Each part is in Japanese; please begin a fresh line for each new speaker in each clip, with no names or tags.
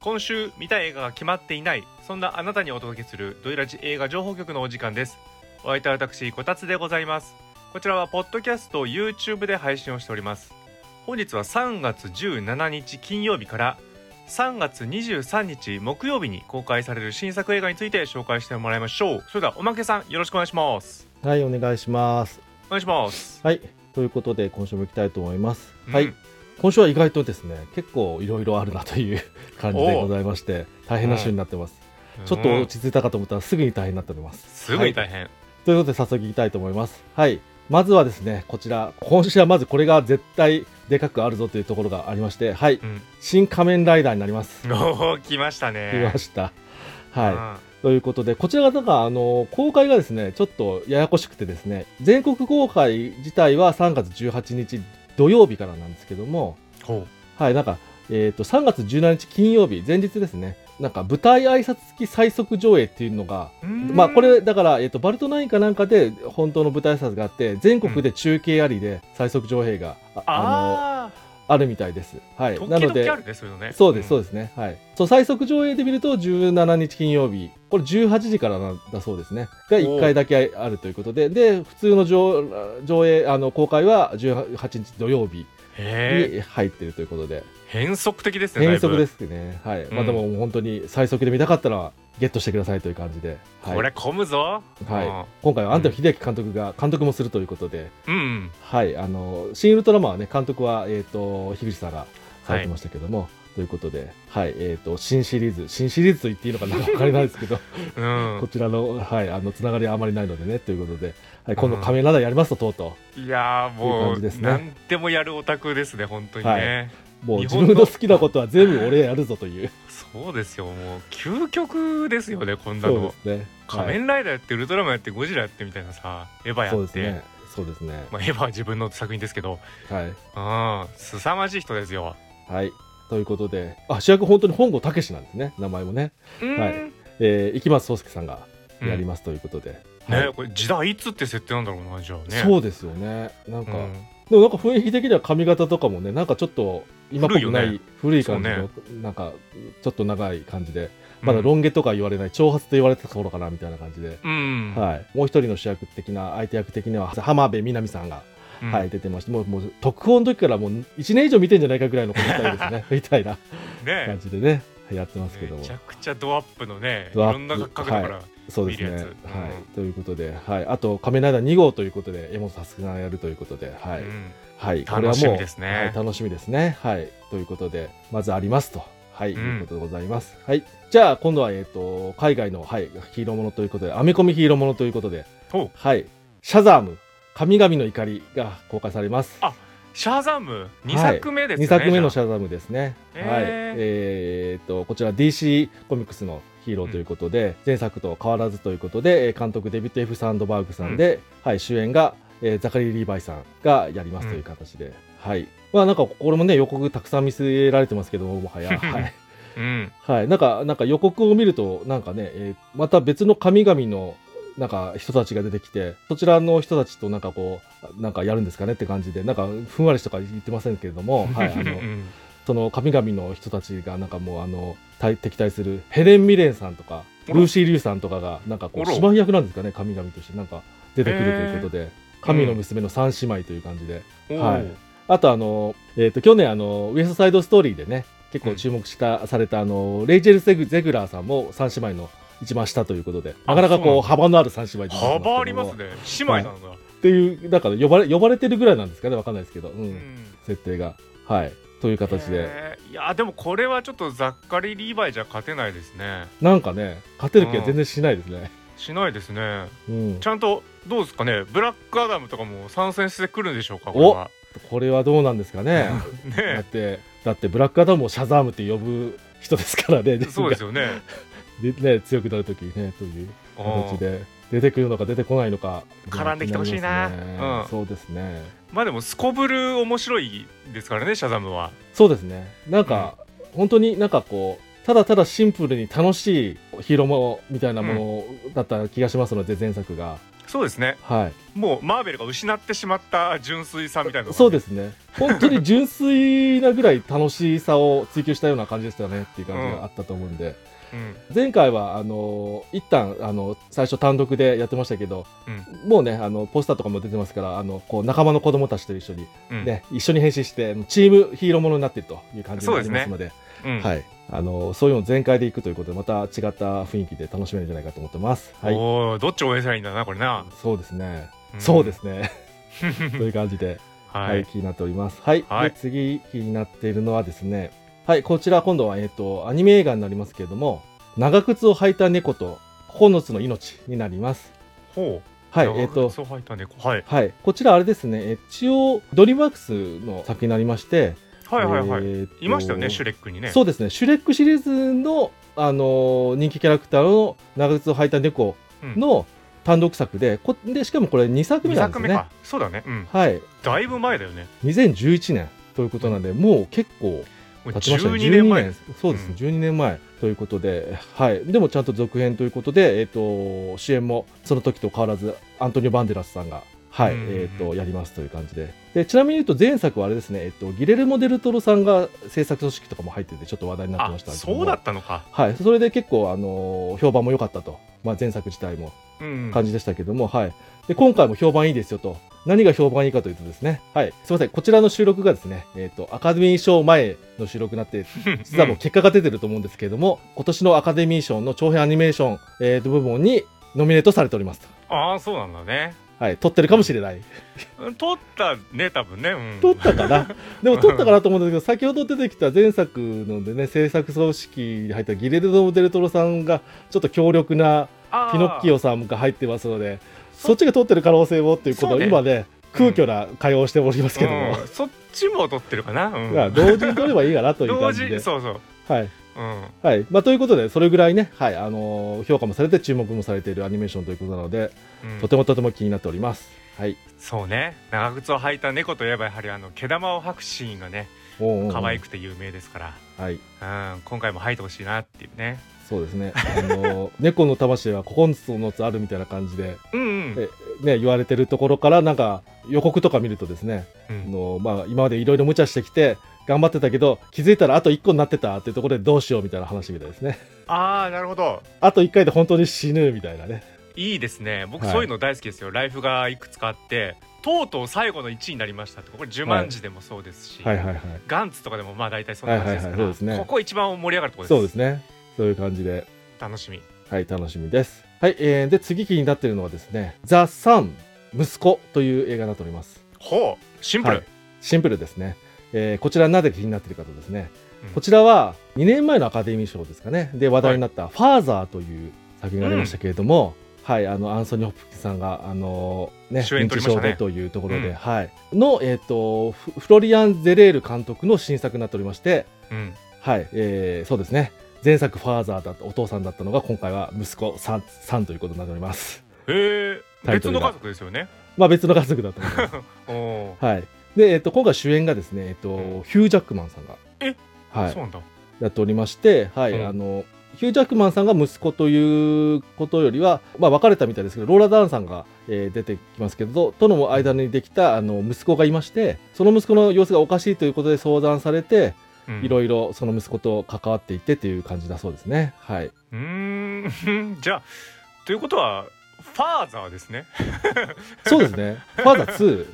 今週見たい映画が決まっていないそんなあなたにお届けするドイラジ映画情報局のお時間ですお相手は私こたつでございますこちらはポッドキャスト YouTube で配信をしております本日は3月17日金曜日から3月23日木曜日に公開される新作映画について紹介してもらいましょうそれではおまけさんよろしくお願いします
はい、お願いします。
お願いします
はい、ということで今週も行きたいと思います。
うん
はい、今週は意外とですね、結構いろいろあるなという感じでございまして、大変な週になってます。ちょっと
うん
落ち着いたかと思ったらすぐに大変になっております。
すごい
はい
大変、
ということで早速行きたいと思います。はい、まずはですね、こちら、今週はまずこれが絶対でかくあるぞというところがありまして、はい、新仮面ライダーになります。
うん おお来ましたね
来ました。はい。ということで、こちらがなんか、あの、公開がですね、ちょっとややこしくてですね、全国公開自体は3月18日土曜日からなんですけども、
うんほう
はい、なんか、えっ、と、3月17日金曜日、前日ですね、なんか舞台挨拶付き最速上映っていうのが、まあ、これ、だから、えっ、と、バルトナインかなんかで本当の舞台挨拶があって、全国で中継ありで最速上映が、ああ
あ
の、あるみたいです。はい。
ー
な
時
ので
々あ、るねそういうのね
そうです、そう
で
ですね。はい。そう、最速上映で見ると17日金曜日、これ18時からなんだそうですね。が
おう
1回だけあるということで、で、普通の上上映、あの、公開は18日土曜日
すへえ
に入ってるということで、
変則的ですね、
変則ですすね。はい。
ん
まあでももう本当に最速で見たかったら、ゲットしてくださいという感じで。はい。
これ混むぞ
はい今回は安藤秀明監督が、監督もするということで、
うんうん
はい、あの、シン・ウルトラマンはね、監督は、えっ、と、樋口さんがされてましたけども、ということで、はい、えっ、と、新シリーズ、新シリーズと言っていいのかな、わかりないですけど、
うん
こちらの、はい、あの、つながりはあまりないのでね、ということで、はい、今度仮面ライダーやりますと、とうと
いやー
いい
も
感
う
じですね
何でもやるオタクですね本当にね、
はいうん。もう
日
自
本の
分の好きなことは全部俺やるぞという。
そうですよもう究極ですよね こんな
そう
の、
ですね。
仮
はい
面ライダーやってウルトラマンやってゴジラやってみたいなさエヴァやって
そうですね。そうですね。
まあ、エヴァは自分の作品ですけど
はい。
うん凄まじい人ですよ
はい。ということで、あ、主役本当に本郷武史なんですね、名前もね。
うん、
はいえー、池松壮亮さんが
うん
やりますということで。は
ね
い
これ時代いつって設定なんだろうなじゃあね
そうですよね。なんか、
うん
でもなんか雰囲気的には髪型とかもねなんかちょっと今っぽくな
古いよね
い古い感じの、なんかちょっと長い感じでまだロン毛とか言われない長髪と言われてた頃かなみたいな感じで、
うん、
はい、もう一人の主役的な相手役的には浜辺美波さんが、
うん
はい、出てましてもうもう特報の時からもう1年以上見てんじゃないかぐらいのこの2人で すねみたいな感
ね
じでねやってますけども
めちゃくちゃドアップのねい
ドア
ろ
ップ
んな角度から、
そうですね、
見
は
る
い
やつうん
ということで、はい、あと「仮面ライダー2号」ということで柄本佑さんがやるということで、はい
うん
はい、こ
楽
れはもう
しみです
は
ね
い、楽しみですね。はい、ということで、まずありますと。はい、
うん
いうことでございます。はい、じゃあ、今度は、えっ、と、海外の、はい、ヒーローものということで、アメコミヒーローものということで、
お
はい、シャザーム、神々の怒りが公開されます。
あシャーザム2作目ですね、
2作目のシ
ャ
ャザームですね。
へー
はい、えーっと、こちら DC コミックスのヒーローということで、前作と変わらずということで、えー監督デビッド・ F ・サンドバーグさんで、はい、主演が、えーザカリー・リーバイさんがやりますという形で、はい。まあなんか、これもね、予告たくさん見せられてますけども、もは や。はい。
うん
はい。なんか、なんか予告を見ると、なんかね、えーまた別の神々の、なんか人たちが出てきて、そちらの人たちとなんかこう、なんかやるんですかねって感じで、なんかふんわりしとか言ってませんけれ ども、はい、あの
う、ん
その神々の人たちがなんかもうあの対敵対するヘレン・ミレンさんとか
あ
ル
ら
ーシー・リュウさんとかがなんかこ
あら
う姉妹役なんですかね神々としてなんか出てくるということで神の娘の三姉妹という感じで、
おー
はいあとあの、えー、と去年あのウエストサイドストーリーでね結構注目した、されたあのレイチェル・ゼグゼグラーさんも三姉妹の一番下ということでなかなか
そうなん
こ
だ
う幅のある三姉妹になってけども
幅ありますね姉妹なんだ、
っていうなんか呼ばれ呼ばれてるぐらいなんですかねわかんないですけど、うん
うん
設定がはいという形で。
へーいやでもこれはちょっとざっかりリーバイじゃ勝てないですね
なんかね、勝てる気は全然しないですね。
しないですね
うん
ち、ゃんとどうですかねブラックアダムとかも参戦してくるんでしょうかこれ
お
は
これはどうなんですかね。だ っ
ね
て、だってブラックアダムをシャザームって呼ぶ人ですからね、
そうですよね
自分がね強くなるときにね、という
う
形
ん
で、出てくるのか出てこないのか、
絡んできてほしいな
気にりますね
うん
そうですね。
まあでもすこぶる面白いですからねシャザムは
そうですね。なんか、本当になんかこう、ただただシンプルに楽しいヒーローものみたいなものだった気がしますので、前作が。
そうですね
はい
もうマーベルが失ってしまった純粋さみたいなのがね
そうですね本当に純粋なぐらい楽しさを追求したような感じでしたねっていう感じがあったと思うんで、
うん
前回はあの一旦あの最初単独でやってましたけど、もうねあのポスターとかも出てますからあのこう仲間の子供たちと一緒に、
うん
ね一緒に変身してチームヒーローものになっているという感じになりますので
うん
はい、あのそういうのを全開でいくということでまた違った雰囲気で楽しめるんじゃないかと思ってます。はい、
おーどっち応援したらいいんだなこれな、
そうですね、そうですすね という感じで、
は、
はいい、気になっております。はい、
はい
で次気になっているのはですねはいこちら今度は、えっとアニメ映画になりますけれども「長靴を履いた猫と9つの命」になります。
ほう
はい、
長
えっと
靴を履いた猫はい
はい、こちらあれですね、え一応ドリームワークスの作品になりまして、
はいはいはい、
えーと
いましたよねシュレックにね
そううですね、シュレックシリーズの、あのー人気キャラクターの長靴を履いた猫の単独作で、こでしかもこれ2作目
2
なんで
作
す
目
ね
か。そうだねうん
はい、
だいぶ前だよね
2011年ということなんで、もう結構
もう
経ちましたね。
12年前
12そうですね、12年前ということで、はい、でもちゃんと続編ということで、えっ、と主演もその時と変わらずアントニオバンデラスさんが。はい、
うんうんうん
えっ、とやりますという感じで。でちなみに言うと前作はあれですね、えっ、とギレルモデルトロさんが制作組織とかも入っててちょっと話題になって
あ
ましたけども
そうだったのか
はい、それで結構、あのー評判も良かったと、まあ、前作自体も
うん
感じでしたけども、はい、で今回も評判いいですよと何が評判いいかというとですね、はい、すみませんこちらの収録がですね、えー、とアカデミー賞前の収録になって実はもう結果が出てると思うんですけれども、今年のアカデミー賞の長編アニメーション、えーと部門にノミネートされておりますと。
ああそうなんだね
はい、撮ってるかもしれない。
うん取ったね多分ねうん
撮ったかなでも撮ったかなと思うんだけど、先ほど出てきた前作のでね、制作組織に入ったギレルド・デルトロさんが、ちょっと強力な
あー
ピノッキオさんが入ってますので、
そ
そっちが取ってる可能性もっていうこと
そう
を
ね
今ね、空虚な会話をしておりますけども、
うんそっちも取ってるかな、う
まあ
ん、
同時に取ればいいかなという
同
感じで
時。そうそう
はい
うん
はいまあ、ということで、それぐらいね、はいあのー評価もされて、注目もされているアニメーションということなので、
うん
とてもとても気になっております。はい、
そうね長靴を履いた猫といえばやはりあの毛玉を履くシーンがね
おうおうおう
可愛くて有名ですから、
はい、
うん、今回も吐いてほしいなっていうね。
そうですね、あのー 猫の魂は9つのつあるみたいな感じで、
うん、うん
えね、言われてるところから、なんか予告とか見るとですね、
う
あ
ん。
のまあ、今までいろいろ無茶してきて頑張ってたけど気づいたらあと1個になってたっていうところでどうしようみたいな話みたいですね
ああ、なるほど。
あと1回で本当に死ぬみたいなね
いいですね。僕
はい
そういうの大好きですよ。ライフがいくつかあって、とうとう最後の1位になりましたって、これ十万字でもそうですし、
はいはいはい
ガンツとかでもまあ大体そんな感じですから、
はいはいはいそうですね
ここ一番盛り上がるところです。
そうですねそういう感じで
楽しみ。
はい楽しみですはい、えー、で次気になってるのはですね「ザ・サン息子」という映画になっております
ほう、シンプル。
はいシンプルですね、えーこちらなぜ気になってるかとですね、
うん
こちらは2年前のアカデミー賞ですかねで話題になった「ファーザー」という作品がありましたけれども、はいあのアンソニー・ホップキンさんがあのね
主演
認
取
知
りまし
症
たね
でというところで、
うん
はいのえっ、とフフロリアン・ゼレール監督の新作になっておりまして
うん。
はい、えーそうですね前作「ファーザー」だったお父さんだったのが今回は息子さんさんということになっております
へえ、
タイ
別
トル
の
が
家族ですよね。
まあ別の家族だと思います
おお、
はいで、えっと今回主演がですね、えっと
うん
ヒュー・ジャックマンさんが
え
はい、
そうなんだ。
やっておりまして、はい
うん
あのヒュー・ジャックマンさんが息子ということよりは、まあ、別れたみたいですけどローラ・ダーンさんが、えー出てきますけどとの間にできたあの息子がいましてその息子の様子がおかしいということで相談されてい
い
ろいろその息子と関わっていってという感じだそうですね。はい、
うーん、 じゃあ、ということは、ファーザーですね。
そうですねファーザー2
フ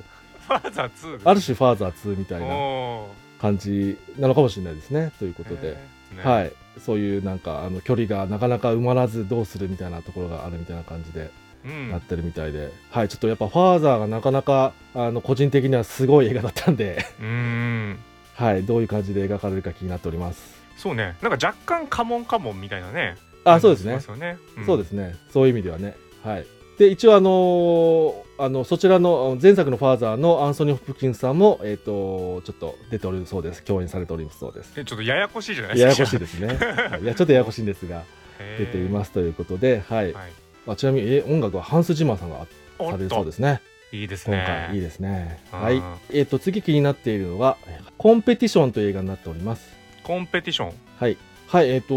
ァーザー2ですね
ある種ファーザー2みたいな
おー
感じなのかもしれないですねということで。
ね
はい、そういうなんかあの距離がなかなか埋まらずどうするみたいなところがあるみたいな感じで
うん
なってるみたいで、はい、ちょっとやっぱファーザーがなかなかあの個人的にはすごい映画だったんで、
うーん
はい、どういう感じで描かれるか気になっております。
そうねなんか若干カモンカモンみたいなね
あ、そうですね。
よね、ん
そうですね。そういう意味ではね。はい。で、一応あのーあの、そちらのあの前作のファーザーのアンソニー・ホプキンスさんも、えっ、と、ちょっと出ておるそうです。共演されておりますそうです。
えちょっとややこしいじゃない
や
ですか
やこしいですね。はいいや、ちょっとややこしいんです が、出てい
す
ますということで、はい。
はい、
あちなみに、え音楽はハンス・ジマーさんが
お
され
っ
るそう
と
ですね。
いいです
今回いい
ね
ですね。
うん
はい。えっ、と次気になっているのはコンペティションという映画になっております。
コンペティション
はい。はい、えっ、と、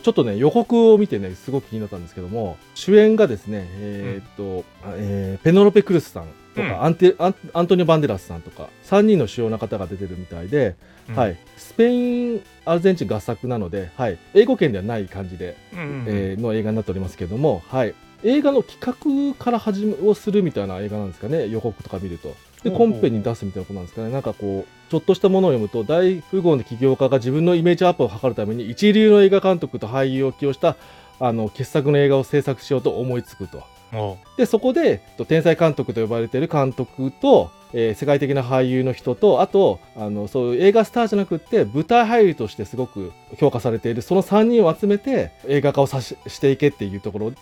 ちょっとね、予告を見てね、すごく気になったんですけども、主演がですね、えっ、と、あえーペノロペ・クルスさんとか、
うん
アンテアンアントニオ・バンデラスさんとか、3人の主要な方が出てるみたいで、
うん
はい、スペイン、アルゼンチン合作なので、はい、英語圏ではない感じで、
うんうんうん
えーの映画になっておりますけども、はい、映画の企画から始めをするみたいな映画なんですかね予告とか見るとで
ほうほ
コ
う
ンペに出すみたいなことなんですかねなんかこうちょっとしたものを読むと大富豪の起業家が自分のイメージアップを図るために一流の映画監督と俳優を起用したあの傑作の映画を制作しようと思いつくと
おう
でそこでと天才監督と呼ばれている監督と、えー世界的な俳優の人とあとあのそういう映画スターじゃなくって舞台俳優としてすごく評価されているその3人を集めて映画化をさししていけっていうところ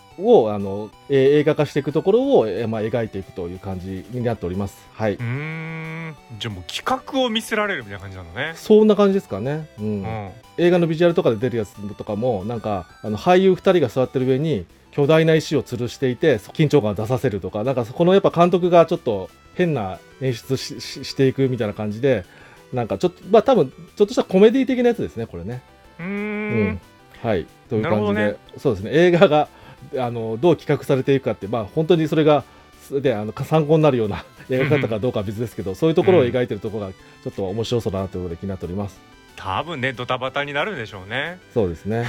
をあの、えー映画化していくところを、えーまあ、描いていくという感じになっております。はいう
ーんじゃあもう企画を見せられるみたいな感じなのね
そんな感じですかね、う
うんん
映画のビジュアルとかで出るやつとかもなんかあの俳優2人が座ってる上に巨大な石を吊るしていてそ緊張感を出させるとかなんかそこのやっぱ監督がちょっと変な演出しししていくみたいな感じでなんかちょっとまあ多分ちょっとしたコメディ的なやつですねこれね。
うー
うんはいという感じで、
なるほどね
そうですね映画があのどう企画されていくかってまあ本当にそれがすであの参考になるような 映画だったかどうかは別ですけどそういうところを描いてるところがちょっと面白そうだなということで気になっております。
多分ねドタバタになるんでしょうね
そうですね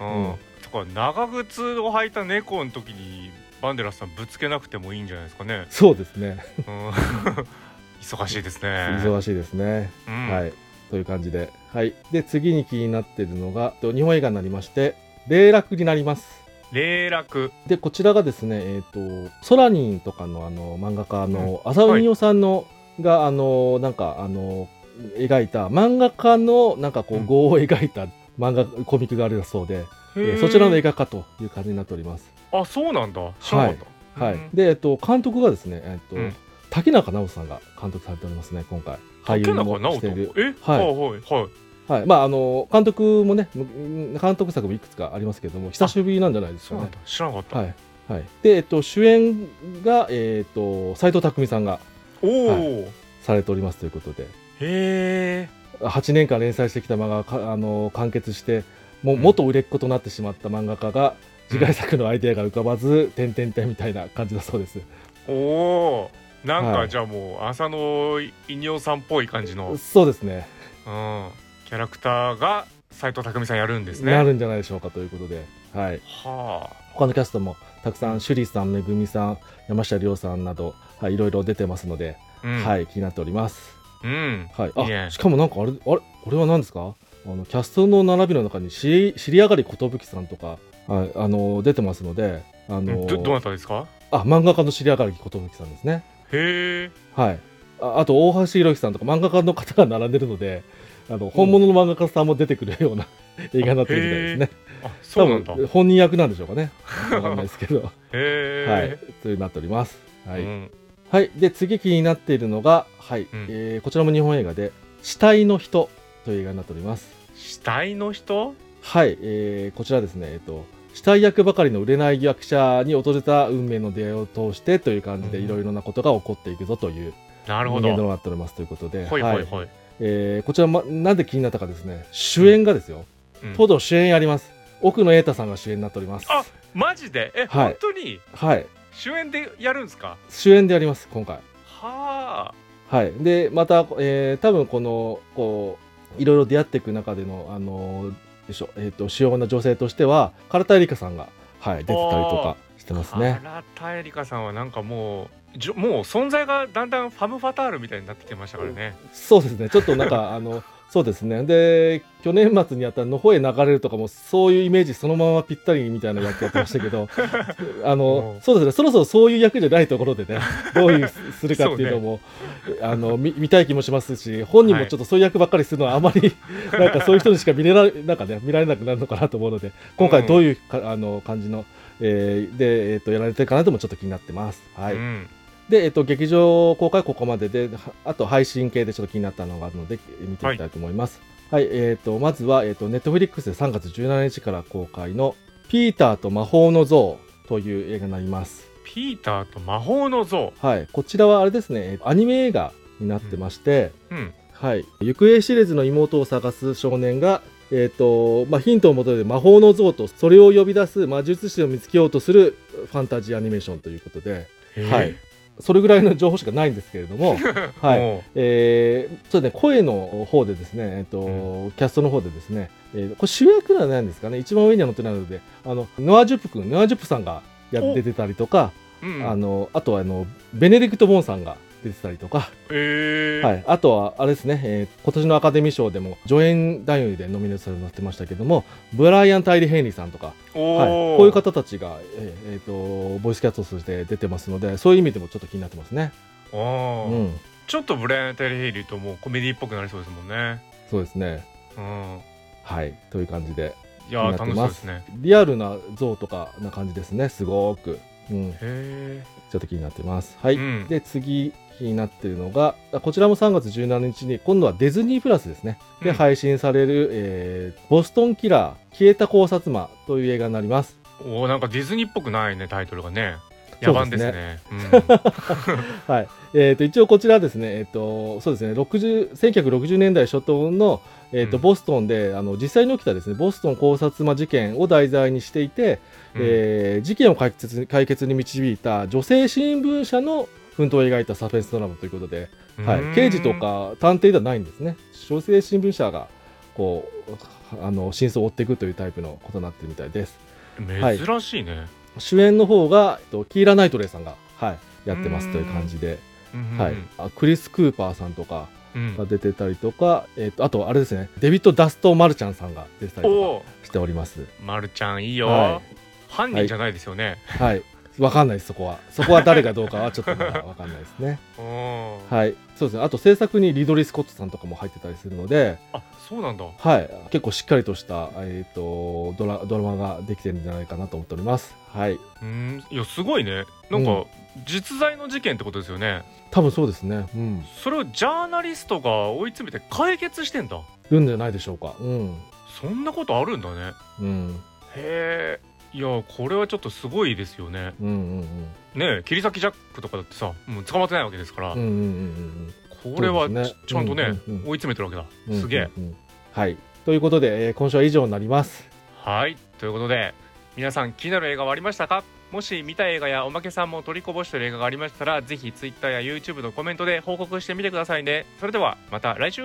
うん、
うん
とか長靴を履いた猫の時にバンデラスさんぶつけなくてもいいんじゃないですかね、
そうですね
うん 忙しいですね
忙しいですね。
うん
はい。という感じで。はい。で、次に気になっているのが、えっと日本映画になりまして、霊落になります。
霊落
で、こちらがですね、えっ、と、ソラニンとかのあの漫画家の浅尾美代さんの、が、あの、なんか、あの、描いた、漫画家の、なんかこ
う
う、
ん
語を描いた漫画、コミックがあるそうで、えーそちらの映画化という感じになっております。
あそうなんだ知らなかった
はい。
うん
で、えっ、と、監督がですね、えっ、と、
うん
竹中直人さんが監督されておりますね、今回。
竹
も
中直
している
人え
は
はいは
い
いはい
はいまあ、あの監督もね、む監督作もいくつかありますけれども、久しぶりなんじゃないです
そう
か
なん
ね
だ。知らなかった、
はいはい、で、えっと、主演が、えっと斉藤工さんが
おお、
されておりますということで、
へえ
8年間連載してきた漫画がかあの完結して、もう
うん
元売れっ子となってしまった漫画家が、
うん
次回作のアイデアが浮かばず、点々点みたいな感じだそうです。
おおなん
は
か
い
じゃあもう浅野稲尾さんっぽい感じの、うん、
そうですね
キャラクターが斎藤工さんやるんですね
なるんじゃないでしょうかということで。はい
はあ
他のキャストもたくさん、趣里さん、めぐみさん、山下亮さんなど、はい、いろいろ出てますので、
うん、
はい、気になっております。
うん
はい、
いいね
あしかもなんかあれ、あれ、これは何ですかあのキャストの並びの中に知り、知り上がり寿さんとか、はい、あの出てますので、あの
どどなたですか
あ漫画家の知り上がり寿さんですね。
へえ
はい、ああと、大橋弘樹さんとか、漫画家の方が並んでるので、あの本物の漫画家さんも出てくるような 映画になってるみたいですね。
あそうなんだ
多
へ
分本人役なんでしょうかね。わかんないですけ ど。は
え
い、というなっております。はい、
うん
はい、で次気になっているのが、はい
うん
えーこちらも日本映画で「死体の人」という映画になっております。
死体の人
はい、えーこちらですね、えっと、死体役ばかりの売れない役者に訪れた運命の出会いを通してという感じで
うん
いろいろなことが起こっていくぞという
なるほ
人間ドラマ
ど
になっておりますということで、
ほいほい
はい
ほい、
えーこちら、ま、なんで気になったかですね主演がですよ、
うん
とうとう主演やります奥野瑛太さんが主演になっております
あマジでえ、
はい
本当に
はい
主演でやるんですか
主演でやります今回
はあ
はい、でまた、えー多分このこういろいろ出会っていく中での、あのーでしょえー、と主要な女性としては唐田絵里香さんが、はい、出てたりとかしてますね。
原田絵里香さんはなんかもうじょもう存在がだんだんファム・ファタールみたいになってきてましたからね
そうですねちょっとなんか あのそうですねで去年末にやった「のほえ流れる」とかもそういうイメージそのままぴったりみたいな役やってましたけどあの
うん
そうですねそろそろそういう役じゃないところでねどういうするかっていうのもあの見見たい気もしますし本人もちょっとそういう役ばっかりするのはあまりなんかそういう人にしか見れらなんか、ね、見られなくなるのかなと思うので今回どういうか、あの感じの、えーで、えー、とやられてるかなともちょっと気になってます。はい
うん
で、えっと、劇場公開ここまでで、はあと配信系でちょっと気になったのがあるので、え見ていきたいと思います。はい、えっと、まずは、えっと、ネットフリックスで3月17日から公開の、ピーターと魔法の像という映画になります。
ピーターと魔法の像
はい、こちらはあれですね、えアニメ映画になってまして、
うん
はい、行方知れずの妹を探す少年が、えーとまあ、ヒントを求めて魔法の像とそれを呼び出す魔術師を見つけようとするファンタジーアニメーションということで、
へー
はい、それぐらいの情報しかないんですけれど も、はい
も
えーそうですね、声の方でですね、えーとキャストの方でですね、えーこれ主役ではないんですかね一番上には載ってないのであのノア・ジュプ君ノア・ジュプさんがや
お
出てたりとか
ううん
あのあとはあのベネディクト・ボンさんが出てたりとか。
えー
はい、あとはあれですね、えー今年のアカデミー賞でも助演男優でノミネートされてましたけどもブライアン・タイリー・ヘンリーさんとか、
お
はい、
ー
こういう方たちが、えーえーとボイスキャストとして出てますのでそういう意味でもちょっと気になってますね。
あ
う
ー
ん、
ちょっとブライアン・タイリー・ヘイリーともうコメディっぽくなりそうですもんね
そうですね、
うん
はい、という感じで
いやー
気
楽
に
し
な
そう
ってます
ですね
リアルな像とかな感じですねすごく、うん、ち
へ
ょっと気になってます。はい、
うん
で次気になってるのがあこちらも3月17日に今度はディズニープラスですね
え
で配信される、えーボストンキラー消えた考察魔」という映画になります。
おーなんかディズニーっぽくないねタイトルがね野蛮ですね
はいえー、と一応こちらですね,、えー、とそうですね60 1960年代初頭の、えーと
うん
ボストンであの実際に起きたですねボストン考察魔事件を題材にしていて、
うん
えー事件を解決解決に導いた女性新聞社の奮闘を描いたサスペンスドラマということで、
うん
は
うーん
い、刑事とか探偵ではないんですね女性新聞社がこうあの真相を追っていくというタイプのことになってるみたいですはい
珍しいね、
主演の方が、えっと、キーラ・ナイトレイさんが、はい、やってますという感じで、
うん
はい、あクリス・クーパーさんとか
うん
が出てたりとか、えっと、あとあれですねデビッド・ダスト・マルチャンさんが出てたりと
おお
かしております
まるちゃんいいよ、
は
犯人じゃないですよね、
はいわかんないですそこはそこは誰がどうかはちょっとまだわかんないですね
おおー
はい、そうですね。あと制作にリドリー・スコットさんとかも入ってたりするので、
あそうなんだ
はい、結構しっかりとしたえっ、とドラドラマができてるんじゃないかなと思っております。はい、
うんいやすごいねなん
う
か実在の事件ってことですよね
多分そうですね。うん、
それをジャーナリストが追い詰めて解決してんだ
いるんじゃないでしょうか。うん、
そんなことあるんだね
うん、
へえいやこれはちょっとすごいですよね
うん、うん、うん、
ねえ切り裂きジャックとかだってさもう捕まってないわけですから、
うん、うん、うん、
これは
そう
ち,、
ですね
ゃんとね、
うんうんうん
追い詰めてるわけだ、
うん、
すげえ、
うんうんはい、ということで、えー今週は以上になります。
はいということで皆さん気になる映画はありましたかもし見た映画やおまけさんも取りこぼしてる映画がありましたらぜひ Twitter や YouTube のコメントで報告してみてくださいねそれではまた来週